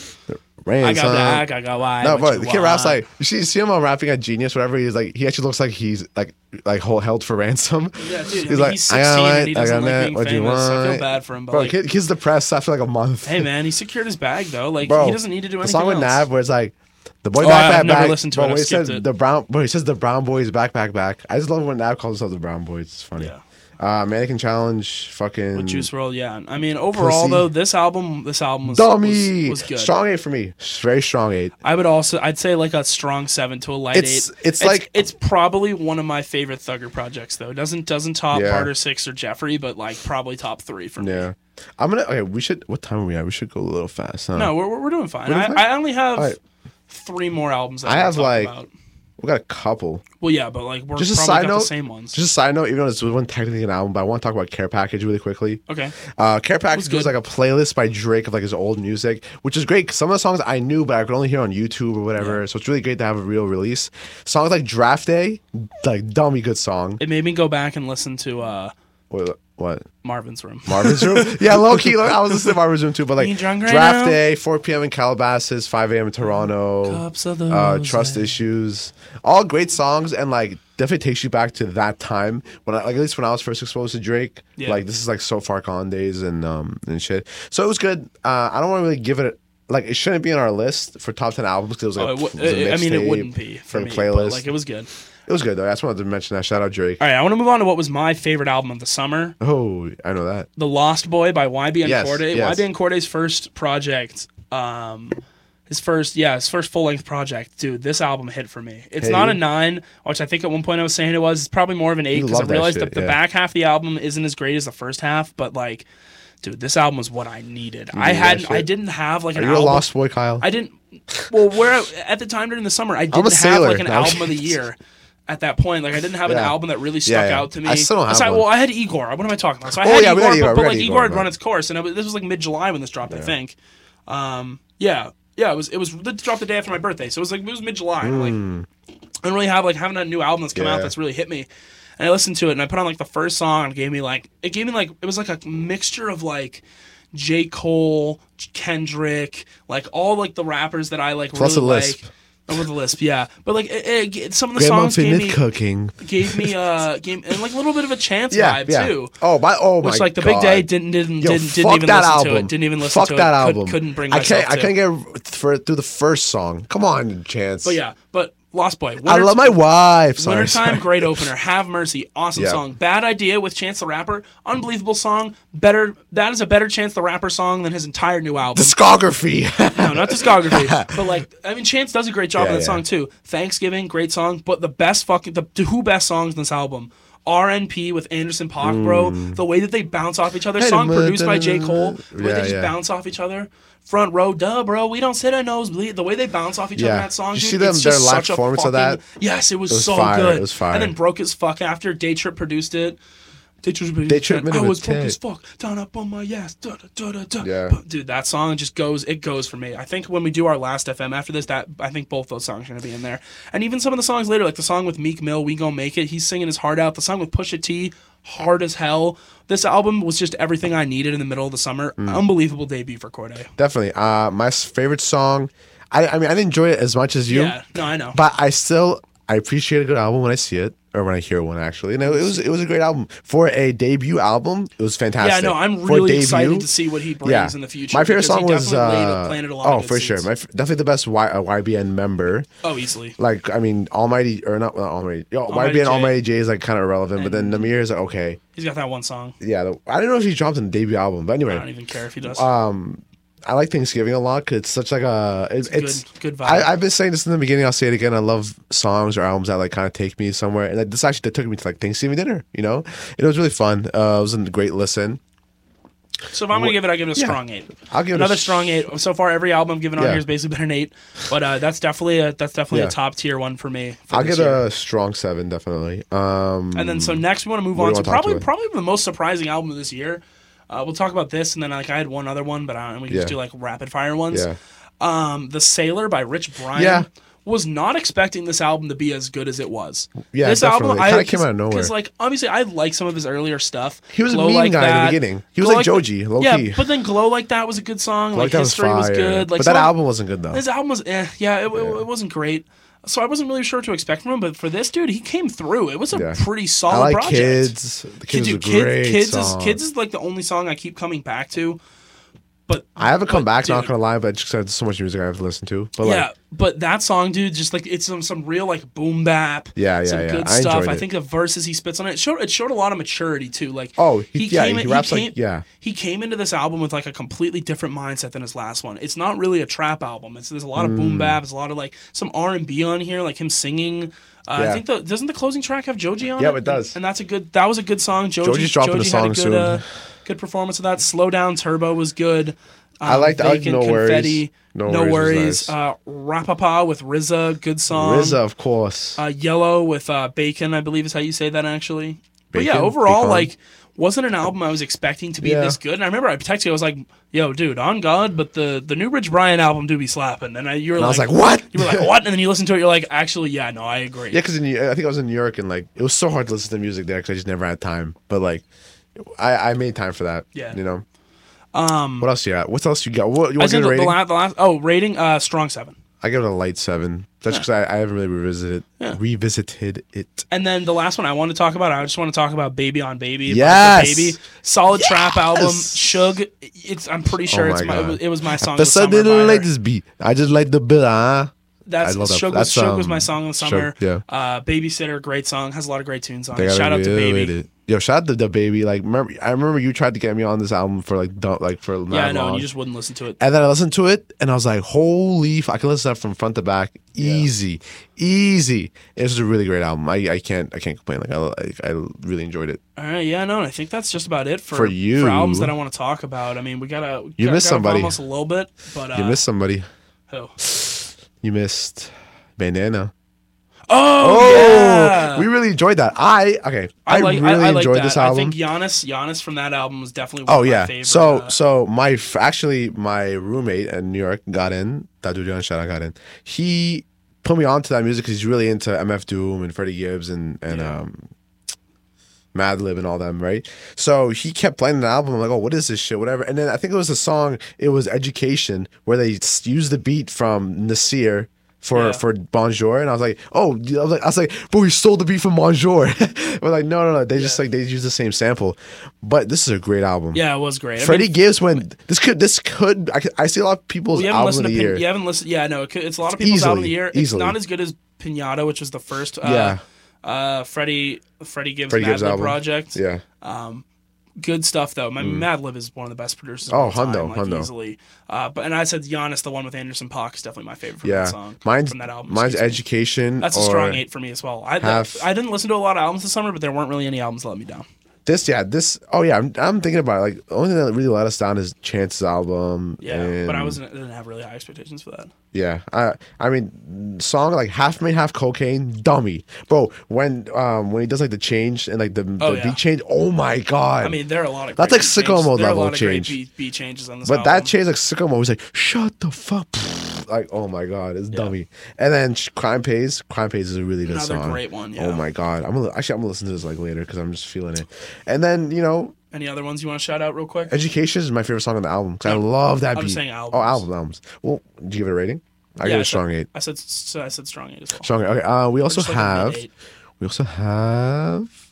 Rain, I got son. that. I got that. Why? No, What but you the kid raps want? like you see, see him on rapping at Genius, whatever. He's like, he actually looks like he's like like hol- held for ransom. Yeah, dude. I he's mean, like, he's 16 I got and he that, I doesn't got like that. being What do you famous. I feel want? bad for him, but Bro, like, kid, kid's depressed after like a month. hey man, he secured his bag though. Like Bro, he doesn't need to do The anything song with else. Nav where it's like. The boy Oh, back, I've back, never back. listened to it. Bro, I've when he skipped says it. the brown, but he says the brown boys back, back, back. I just love when Nav calls himself the brown boys. It's funny. Yeah. Uh, Mannequin challenge, fucking Juice World, yeah. I mean, overall Pussy. though, this album, this album was, dummy. was, was good. Strong eight for me. Very strong eight. I would also, I'd say like a strong seven to a light It's- eight. it's like- it's probably one of my favorite Thugger projects though. It doesn't doesn't top Yeah. Barter Six or Jeffrey, but like probably top three for me. Yeah. I'm gonna. Okay, we should. What time are we at? We should go a little fast. Huh? No, we're, we're- we're doing fine. doing I, fine? I only have All right. three more albums. That I wanna have, talk like- about. we got a couple. well, yeah, but like we're Just a probably side got note, the same ones. Just a side note, even though this wasn't technically an album, but I want to talk about Care Package really quickly. okay, Uh, Care Package was, good. like a playlist by Drake of like his old music, which is great. 'cause some of the songs I knew, but I could only hear on YouTube or whatever. So it's really great to have a real release. Songs like Draft Day, like dummy good song. it made me go back and listen to uh, Wait, what? Marvin's Room. Marvin's Room? yeah, low key. Like, I was listening to Marvin's Room too, but You like drunk right Draft now? Day, 4 p.m. in Calabasas, 5 a.m. in Toronto. Cups of uh, those trust eyes. issues, all great songs, and like definitely takes you back to that time when, I, like, at least when I was first exposed to Drake. Yeah. Like this is like so far gone days and um and shit. So it was good. Uh, I don't want to really give it like it shouldn't be on our list for top ten albums because it was Oh, like it a- w- it was a it- I mean, it mixtape, wouldn't be for like me. a But, playlist. like it was good. it was good though. I just wanted to mention that. Shout out Drake. All right, I want to move on to what was my favorite album of the summer, Oh, I know that. The Lost Boy by YBN Yes, Corday. yes. YBN Corday's first project, um, his first yeah, his first full length project. Dude, this album hit for me. It's Hey. not a nine, which I think at one point I was saying it was. It's probably more of an eight because I love that realized shit, that the yeah. back half of the album isn't as great as the first half, but like. Dude, this album was what I needed. I needed that hadn't. I shit? didn't have like an Are you a album. lost boy, Kyle? I didn't. Well, where at the time during the summer, I didn't have sailor. like an No, I'm album of the kidding. year. At that point, like I didn't have an Yeah. album that really stuck Yeah, yeah. out to me. I still don't have Sorry, one. Well, I had Igor. What am I talking about? So I Oh, had yeah, we Igor, had Igor, but, we but had like Igor, Igor had but- run its course, and it was, this was like mid-July when this dropped, I think. Um, yeah, yeah, it was. It was it dropped the day after my birthday, so it was like it was mid-July. and, Like I don't really have like having a new album that's come out Hmm. Yeah. that's really hit me. And I listened to it, and I put on like the first song. And it gave me like it gave me like it was like a mixture of like J. Cole, Kendrick, like all like the rappers that I like Plus really a lisp. like. Oh, with a lisp, yeah. But like it, it, some of the Grandma songs gave finished me cooking. gave me uh gave and like a little bit of a chance Yeah, vibe yeah. too. Oh my, oh my. Which like the God. big day didn't didn't Yo, didn't, didn't fuck even that listen album. to it. Didn't even listen fuck to it. that Could- album. Couldn't bring I myself can't. I to. can't get for, through the first song. Come on, Chance. But yeah, but Lost Boy. Winter, I love my wife. Sorry, Wintertime, sorry. great opener. Have Mercy, awesome Yeah. song. Bad Idea with Chance the Rapper, unbelievable song. Better that is a better Chance the Rapper song than his entire new album. discography. no, not discography, but like I mean, Chance does a great job Yeah, in that yeah. song too. Thanksgiving, great song, but the best fucking the two best songs in this album. RNP with Anderson Paak, bro. The way that they bounce off each other. Song produced by J. Cole. The way Yeah, they just yeah. bounce off each other. Front row, duh, bro. We don't sit a nosebleed. The way they bounce off each other in Yeah. that song. Did you dude, see them- it's their just live such a performance of fucking- that? Yes, it was, was so fire, good. it was fire. And then broke as fuck after. Day Trip produced it. They treated me. They treated me I with was broke tit. as fuck. Down up on my ass. Da, da, da, da, da. Yeah. But, dude, that song just goes. It goes for me. I think when we do our last FM after this, that I think both those songs are gonna be in there, and even some of the songs later, like the song with Meek Mill, "We Gon' Make It." He's singing his heart out. The song with Pusha T, hard as hell. This album was just everything I needed in the middle of the summer. Mm. Unbelievable debut for Corday. Definitely. Uh, my s- favorite song. I, I mean, I didn't enjoy it as much as you, Yeah. No, I know. but I still I appreciate a good album when I see it or when I hear one. Actually, you know, it was it was a great album for a debut album. It was yeah, fantastic. no, I'm For really debut, excited to see what he brings in the future. My favorite because he song was definitely laid- uh, planted a lot oh of good for sure, seeds. my f- definitely the best y- uh, YBN member. oh, easily. Like I mean, Almighty or not, not Almighty. Yo, Almighty YBN J. Mm-hmm. Almighty J is like kind of irrelevant, but then Namir is like okay. He's got that one song. Yeah, the, I don't know if he dropped a debut album, but anyway, I don't even care if he does. Uh, I like Thanksgiving a lot because it's such like a it, it's good- good vibe. I, I've been saying this in the beginning. I'll say it again. I love songs or albums that like kind of take me somewhere, and like, this actually took me to like Thanksgiving dinner. You know, it was really fun. Uh, it was a great listen. so if I'm gonna give it, I give it a yeah. strong eight. I'll give it a another sh- strong eight. So far, every album I've given on Yeah. here has basically been an eight, but uh, that's definitely a that's definitely Yeah. a top tier one for me. For I'll this give year. a strong seven, definitely. Um, And then so next we want to move What on do to you wanna talk probably about? probably the most surprising album of this year. Uh, we'll talk about this, and then like I had one other one, but I don't, we can just Yeah. do like rapid fire ones. yeah, Um, the Sailor by Rich Bryan. Yeah. Was not expecting this album to be as good as it was. Yeah, this album definitely. It I kinda came out of nowhere. Because like obviously I like some of his earlier stuff. He was a mean guy in the beginning. He was like Joji, That, low yeah, key. but then Glow Like That was a good song. like Like, that was History fire. was, good. Like but some- that album wasn't good though. his album was, eh, yeah, it, it, it wasn't great. So I wasn't really sure what to expect from him, but for this dude, he came through. It was a Yeah. pretty solid I like project. kids. The Kid- kids dude, was a Kid- great kids song. is kids is like the only song I keep coming back to. But I haven't come but, back, not dude. gonna lie, but just 'cause there's so much music I have to listen to. But yeah, like, but that song, dude, just like it's some some real like boom bap. Yeah, yeah, some yeah. good I stuff. enjoyed I it. think the verses he spits on it, it showed it showed a lot of maturity too. Like Oh, he- yeah, he in- raps like- yeah. He came into this album with like a completely different mindset than his last one. It's not really a trap album. It's there's a lot of Mm. boom bap. There's a lot of like some R and B on here, like him singing. Uh, I Yeah. think the doesn't the closing track have Joji on it? Yeah, it does. And that's a good. That was a good song. Joji, Joji's dropping a Joji song had a good, soon. Uh, good performance of that. Slow down, Turbo was good. Um, I liked- I liked Bacon, No Worries. Confetti, No no Worries was worries. nice. Uh, Rapapa with RZA, good song. RZA, of course. Uh, Yellow with uh, Bacon, I believe is how you say that actually. but yeah, Bacon? overall, Bacon? like, wasn't an album I was expecting to be Yeah. this good. And I remember I texted you, I was like, "Yo, dude, on God, but the the new Rich Brian album do be slapping." And I, you were and I like, was like, what? You were like, "What?" And then you listen to it, you're like, "Actually, yeah, no, I agree." Yeah, because I think I was in New York and like it was so hard to listen to music there because I just never had time. But like, I, I made time for that. Yeah. you know. Um. What else you got? What else you got? What I you want to said give it the, the, a rating? la- the last. Oh, rating, uh, strong seven. I give it a light seven. That's because I, I haven't really revisited revisited it. And then the last one I want to talk about, I just want to talk about Baby on Baby. by The Yes! baby, solid trap album. Yes! Shug, it's I'm pretty sure Oh it's my my, it God. was, it was my song. of The The sun summer by didn't like her. this beat. I just like the ah. beat. Huh? That's I love that- Shug, was, that's, Shug was my um, song of the Shug, summer. yeah. Uh, Babysitter, great song, has a lot of great tunes on They it. gotta Shout out to reiterate Baby. it. Yo, shout out to the baby. Like, remember, I remember you tried to get me on this album for like, dump, like for not Yeah, I know, long. and you just wouldn't listen to it. And then I listened to it and I was like, holy, f- I can listen to that from front to back. Easy, easy. This is a really great album. I, I can't I can't complain. Like I, like, I really enjoyed it. All right, yeah, no, and I think that's just about it for For you. albums that I want to talk about. I mean, we gotta we You gotta, missed gotta somebody. Almost a little bit, but uh, oh. You missed somebody. who? You missed Bandana. Oh, Oh, yeah. we really enjoyed that. I okay. I, I, like, really I, I like enjoyed that. this I album. think Giannis, Giannis from that album was definitely one Oh of my yeah. favorite, so uh, so my f- actually my roommate in New York got in. Dadu Dion shout out got in. He put me onto that music 'cause he's really into MF Doom and Freddie Gibbs and and Yeah. um Madlib and all them, right? So he kept playing the album. I'm like, oh, what is this shit? Whatever. And then I think it was a song. It was Education where they s- used the beat from Nasir. For, Yeah. for Bonjour and I was like oh I was like I was like but we stole the beat from Bonjour. We're like no no no they just Yeah. like they use the same sample, but this is a great album. yeah, it was great. I mean, Freddie Gibbs went. This could. This could. I, could- I see a lot of people's we haven't album of listened the to Pin- year. you haven't listened. Yeah, no, it could, it's a lot of people's album of the Easily, year. It's easily. not as good as Pinata, which was the first. Uh, Yeah. Uh, Freddie Freddie Gibbs Freddie Gibbs Madlib album. project. Yeah. Mm. Good stuff though. My Madlib is one of the best producers. of Oh, all time, hundo, like, hundo. easily. Uh, but and I said Giannis, the one with Anderson Paak, is definitely my favorite from that Yeah. song. Mine's from that album. mine's excuse me. education. That's a or- strong eight for me as well. I half- I didn't listen to a lot of albums this summer, but there weren't really any albums that let me down. This, yeah, this. Oh yeah, I'm, I'm thinking about it. Like the only thing that really let us down is Chance's album. Yeah, and- but I wasn't didn't have really high expectations for that. Yeah, I I mean, song like half main, half cocaine, dummy, bro. When um when he does like the change and like the, Oh, the yeah. beat change, oh my god! I mean, there are a lot of That's great like beat sicko changes- mode there are a level lot of great change. beat, beat changes on this. but album. that change like Sycamore was like, shut the fuck, like oh my god, it's dummy. And then Sh- Crime Pays, Crime Pays is a really good Another song. great one, Oh yeah. my god, I'm gonna, actually I'm gonna listen to this like later because I'm just feeling it. And then you know, Any other ones you want to shout out real quick? Education is my favorite song on the album 'cause I love that I'm beat. saying Oh, albums. album albums. Well, do you give it a rating? I give it I a strong said, eight. I said so I said strong eight as well. Strong. Okay. Uh, we also just like a have, mid-eight. we also have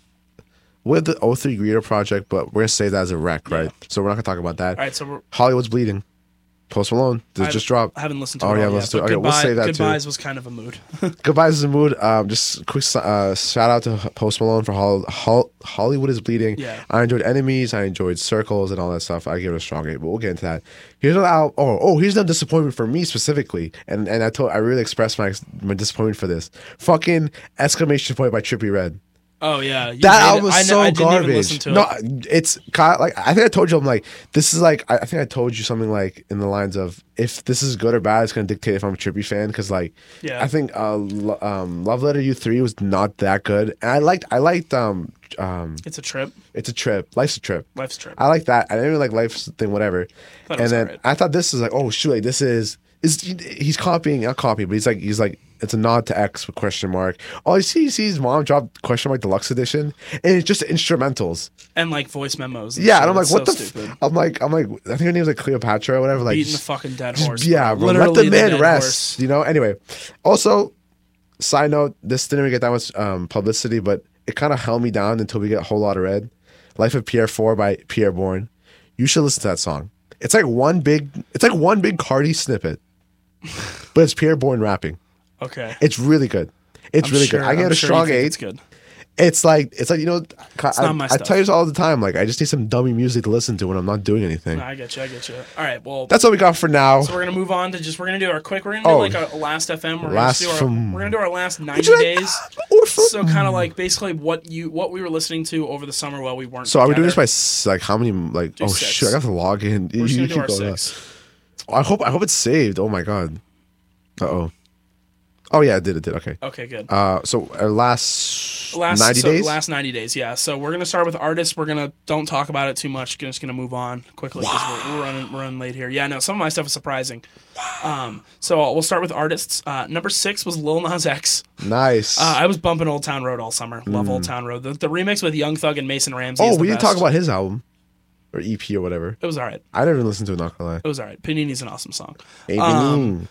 with the O3 Greeter project, but we're gonna say that as a wreck, right? So we're not gonna talk about that. All right, so we're, Hollywood's bleeding. Post Malone this I- just dropped. I haven't listened to Oh, it. yeah, all let's yet, do but it. Okay, we'll Goodbye- say that too. Goodbyes was kind of a mood. Goodbye's the mood. Um, just quick uh, shout out to Post Malone for Hol- Hol- Hollywood is bleeding. Yeah. I enjoyed Enemies. I enjoyed Circles and all that stuff. I give it a strong eight, but we'll get into that. Here's an al- oh oh here's no disappointment for me specifically, and and I told I really expressed my my disappointment for this fucking exclamation point by Trippy Red. oh yeah, you That hated- album was I, so I didn't garbage. Even listen to no, it. it's kind of like I think I told you. I'm like, this is like I, I think I told you something like in the lines of if this is good or bad, it's gonna dictate if I'm a Trippy fan. Because like, Yeah. I think uh, Lo- um, Love Letter U three was not that good, and I liked I liked um um It's a trip. it's a trip, life's a trip. Life's a trip. I like that. I didn't really like life's thing, whatever. Thought it And was then alright. I thought this is like, oh shoot, like this is is he's copying, not copying, but he's like he's like it's a nod to X with question mark. All you see, you see his mom dropped question mark deluxe edition, and it's just instrumentals. and like voice memos. Yeah, shit. and I'm like, It's what so the? F-? stupid. I'm like, I'm like, I think her name's like Cleopatra or whatever. Like, Beating the just- fucking dead just- horse. yeah, bro, let Literally the man dead rest. horse. You know. Anyway, also, side note, this didn't really get that much um, publicity, but it kind of held me down until we get a whole lot of red. Life of Pierre Four by Pierre Bourne. You should listen to that song. It's like one big. It's like one big Cardi snippet, but it's Pierre Bourne rapping. Okay. It's really good. It's really good. I get I'm a sure you strong think eight It's good. it's like it's like you know I, I, not my I stuff. tell you this all the time like i just need some dummy music to listen to when i'm not doing anything No, I get you. I get you. All right. Well, that's all we got for now so we're gonna move on to just we're gonna do our quick. We're gonna do Oh. like a last FM. We're Last gonna do from- our, We're gonna do our last ninety Would you like- days. Or for- so, So kind of like basically what you what we were listening to over the summer while we weren't. are we doing this together. by s- like how many like oh six. shoot i got to log in We're just You gonna do keep our going on. six. i hope i hope it's saved oh my god uh-oh oh yeah it did it did okay Okay, good. uh so our last, last 90 so days Last ninety days, yeah. So we're gonna start with artists. We're gonna don't talk about it too much. Just gonna move on quickly 'cause we're, we're running we're running late here. Yeah, no, some of my stuff is surprising. Um, so we'll start with artists. Uh, number six was Lil Nas X. nice Uh, I was bumping Old Town Road all summer. Love Old Town Road. The, the remix with Young Thug and Mason Ramsey. Hmm. oh is the we didn't best. talk about his album or ep or whatever It was all right. i never listened to it not gonna lie It was all right. Panini's an awesome song. Hey, Um, Benin.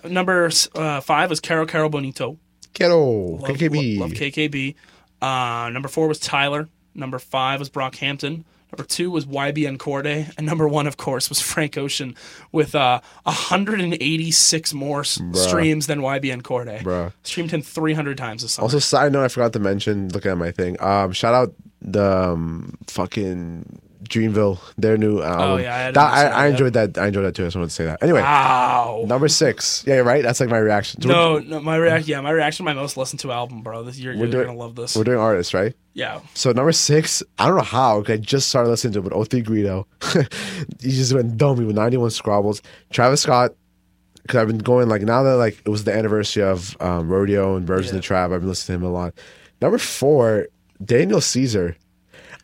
Ne- number uh, five was Caro Caro Bonito. Ghetto, Love- KKB. lo- Love, KKB. Uh, number four was Tyler. Number five was Brockhampton. Number two was YBN Corday. And number one, of course, was Frank Ocean with uh, 186 more s- streams than YBN Corday. Bruh. Streamed him 300 times this summer. Also, side note, I forgot to mention. Looking at my thing, um, shout out the um, fucking Dreamville, their new album. Oh, yeah, I I, hadn't that, I, listened to I that. enjoyed that. I enjoyed that too. I just wanted to say that. Ah. Anyway, wow. number six. Yeah, you're right. That's like my reaction. So No, no, my react. Yeah, my reaction. to My most listened to album, bro. This you're, you're doing- gonna love this. We're, we're doing artists, right? yeah, So number six, I don't know how. 'cause I just started listening to it, but O3 Greedo, he just went dummy with 91 Scrabbles. Travis Scott, because I've been going like now that like it was the anniversary of um, Rodeo and Birds in Yeah. the Trap, I've been listening to him a lot. Number four, Daniel Caesar.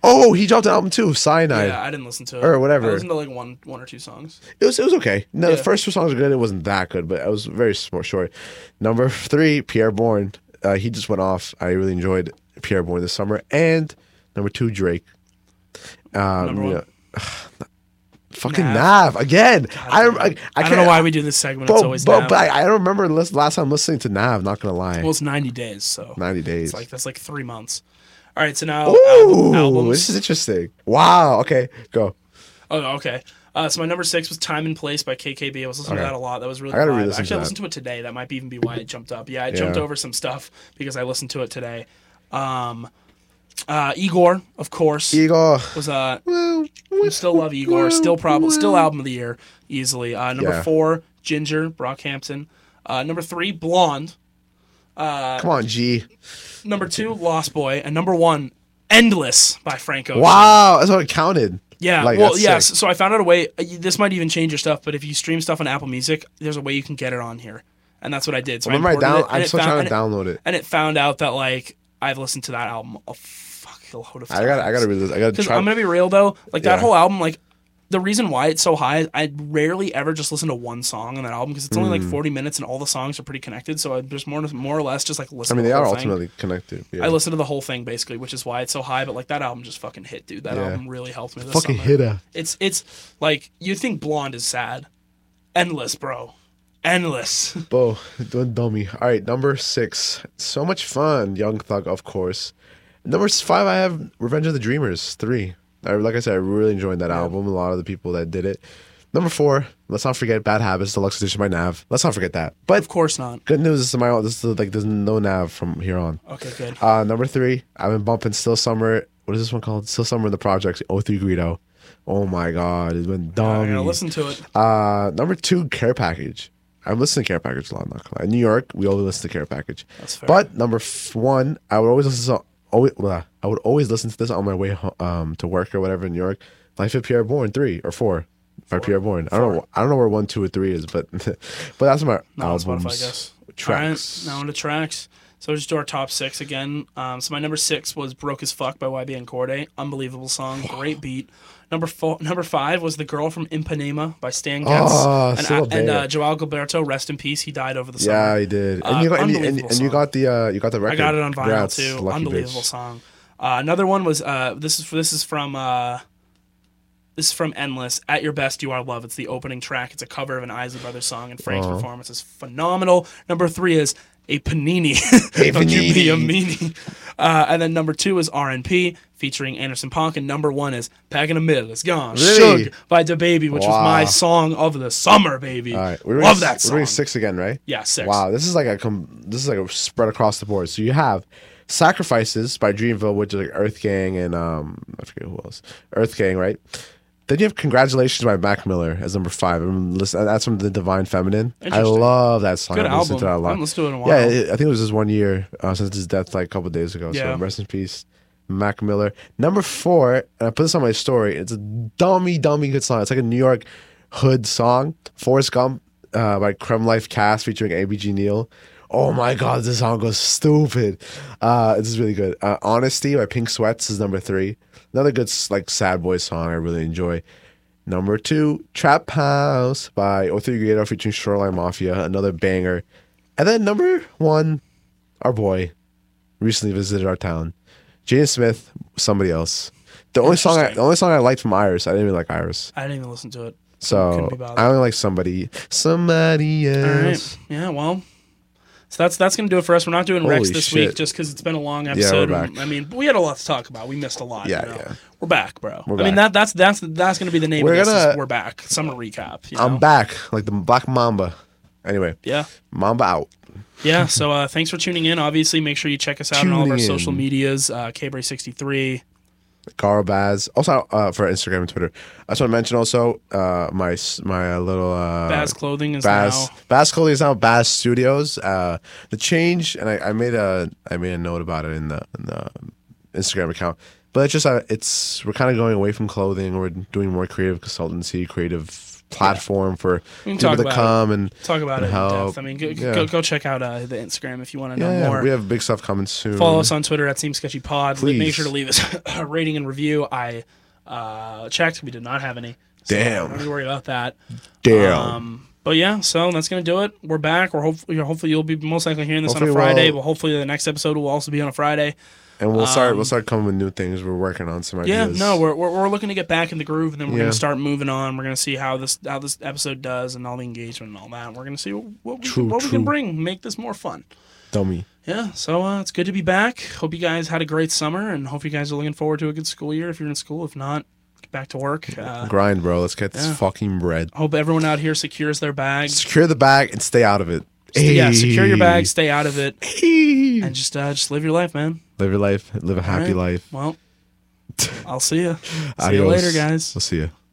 Oh, he dropped an album too, Cyanide. yeah. I didn't listen to it Or whatever. I listened to like one, one or two songs. It was it was okay. No, Yeah. the first two songs were good. It wasn't that good, but it was very sm- short. Number three, Pierre Bourne. Uh, he just went off. I really enjoyed Pierre Bourne this summer. And number two, Drake. Um, Number one? Fucking Nav. Nav again. I I, I, I, don't can't- know why we do this segment. But, it's always but, now. but I, I don't remember lis- last time listening to Nav. Not gonna lie. well, it's ninety days, so Ninety days. it's like that's like three months. All right, so now album, Ooh, albums. this is interesting. Wow. Okay, go. Oh, okay. Uh, so my number six was "Time and Place" by KKB. I was listening to that a lot. That was really. I gotta vibe. re-listen to Actually, I that. listened to it today. That might even be why it jumped up. Yeah, I jumped Yeah. over some stuff because I listened to it today. Um, uh, Igor, of course, Igor. was uh, Well, still love Igor. Still probably still album of the year easily. Uh, number Yeah. four, Ginger Brockhampton. Uh, number three, Blonde. come on, G. Uh, Number two, Lost Boy, and number one, Endless by Frank Ocean. Wow, that's what I counted. Yeah. Like, well, that's yeah. sick. So, so I found out a way. uh, This might even change your stuff, but if you stream stuff on Apple Music, there's a way you can get it on here, and that's what I did. So Remember, I imported down. it, and I'm it still found- trying and to it- download it. and it found out that like I've listened to that album a fuck a load of times. I got. I got to read this. I got to Because try. I'm gonna be real though, like that Yeah. whole album, like the reason why it's so high, is I rarely ever just listen to one song on that album because it's only Mm. like 40 minutes and all the songs are pretty connected. So I just more more or less just like I listen. mean, to they the are whole thing. ultimately connected. Yeah. I listened to the whole thing basically, which is why it's so high. But like that album just fucking hit, dude. That Yeah. album really helped me. This Fucking summer. hit her. It's it's like you think Blonde is sad, endless, bro, endless. Bo, don't dummy. All right, number six. So much fun, Young Thug, of course. Number s- five, I have Revenge of the Dreamers, three. I, like I said, I really enjoyed that album. A lot of the people that did it. Number four, let's not forget Bad Habits, Deluxe Edition by Nav. Let's not forget that. But of course not. good news, this is my this is like there's no Nav from here on. Okay, good. Uh, number three, I've been bumping Still Summer. What is this one called? Still Summer in the Projects, 03 Guido. Oh my God, it's been I'm dumb. gonna listen to it. Uh, number two, care package. I'm listening to care package a lot. Not gonna lie. In New York, we only listen to care package. That's fair. But number f- one, I would always listen to always, blah, I would always listen to this on my way ho- um to work or whatever in New York. Life of Pierre Bourne three or four. By Pierre Bourne. I don't know. I don't know where one, two, or three is, but but that's my No, on albums. Spotify, I guess. Tracks. All right, now into tracks. So just do our top six again. Um, so my number six was "Broke as Fuck" by YBN Corday. Unbelievable song, great beat. Number four, number five was "The Girl from Ipanema" by Stan Getz Oh, and, still uh, and uh, there. Joao Gilberto. Rest in peace. He died over the summer. Yeah, I did. And Uh, you got and, you- and, unbelievable and you song. got the uh, you got the record. I got it on vinyl Congrats, too. lucky Unbelievable bitch. song. Uh, another one was uh, this is this is from uh, this is from Endless. At your best, you are love. It's the opening track. It's a cover of an Isley Brothers song, and Frank's performance is phenomenal. Number three is a panini. Don't you be a meanie. Uh, and then number two is R&P featuring Anderson Ponk, and number one is Packing a Mill. It's gone. Really? Suge by Da Baby, which was Wow. my song of the summer, baby. All right, we're doing Love s- that We're doing song. six again, right? Yeah, six. Wow, this is like a com- this is like a spread across the board. So you have Sacrifices by Dreamville, which is like Earth Gang and um I forget who else. Earth Gang, right? Then you have Congratulations by Mac Miller as number five. I'm listen- that's from the Divine Feminine. I Interesting. love that song. Good I listened to album. that a lot. I haven't listened to it in a Yeah, while. it- I think it was just one year uh, since his death, like a couple days ago. Yeah. So rest in peace, Mac Miller. Number four, and I put this on my story. It's a dummy, dummy good song. It's like a New York hood song. Forrest Gump uh, by Creme Life Cast featuring ABG Neal. Oh my God, this song goes stupid. Uh, this is really good. Uh, Honesty by Pink Sweats is number three. Another good s- like sad boy song I really enjoy. Number two, Trap House by Other Guido featuring Shoreline Mafia, another banger. And then number one, our boy recently visited our town. Jaden Smith, somebody else. The only song I, the only song I liked from Iris, I didn't even like Iris. I didn't even listen to it. So Couldn't be bothered. I only like somebody. Somebody All right. else. Yeah. Well. So that's that's gonna do it for us. We're not doing Rex Holy this shit. week just because it's been a long episode. we're back. I mean, we had a lot to talk about. We missed a lot. Yeah, you know? yeah. We're back, bro. I mean back. that that's that's that's gonna be the name. We're of this, gonna- is we're back. Summer recap. You know? I'm back, like the Black Mamba. Anyway, Yeah. Mamba out. Yeah. So uh, thanks for tuning in. Obviously, make sure you check us out on all of our Tuning in. social medias. Uh, Cabray sixty three. Garo Baz. Also uh, for Instagram and Twitter. I just want to mention also uh, my s- my little uh, Baz clothing is Bass now. Bass Clothing is now Bass Studios. Uh, the change, and I, I made a I made a note about it in the, in the Instagram account. But it's just uh, it's we're kind of going away from clothing. We're doing more creative consultancy, creative platform for can people talk to about come and Talk about and it in how- depth. I mean, go, yeah. go, go check out uh, the Instagram if you want to know yeah, yeah, more. we have big stuff coming soon. Follow us on Twitter at Team Sketchy Pod. Le- Make Please. sure to leave us a rating and review. I uh, checked; we did not have any. So Damn. Don't worry about that. Damn. Um, but yeah, so that's gonna do it. We're back. We're hopefully, hopefully you'll be most likely hearing this on a Hopefully Friday. we'll- Well, hopefully the next episode will also be on a Friday. and we'll start we'll start coming with new things. We're working on some um, Yeah, ideas. no, we're, we're, we're looking to get back in the groove, and then we're Yeah. gonna start moving on. We're gonna see how this how this episode does, and all the engagement and all that. We're gonna see what we, True, what we can true. bring, make this more fun. dummy. Yeah, so uh, it's good to be back. Hope you guys had a great summer, and hope you guys are looking forward to a good school year. If you're in school, if not, get back to work. Uh, Grind, bro. Let's get yeah. this fucking bread. hope everyone out here secures their bags. Secure the bag and stay out of it. Yeah, secure your Ayy. bag, stay out of it, Ayy. and just uh, just live your life, man. Live your life. Live a All happy right? life. Well, I'll see you. See you Adios. later, guys. We'll see you.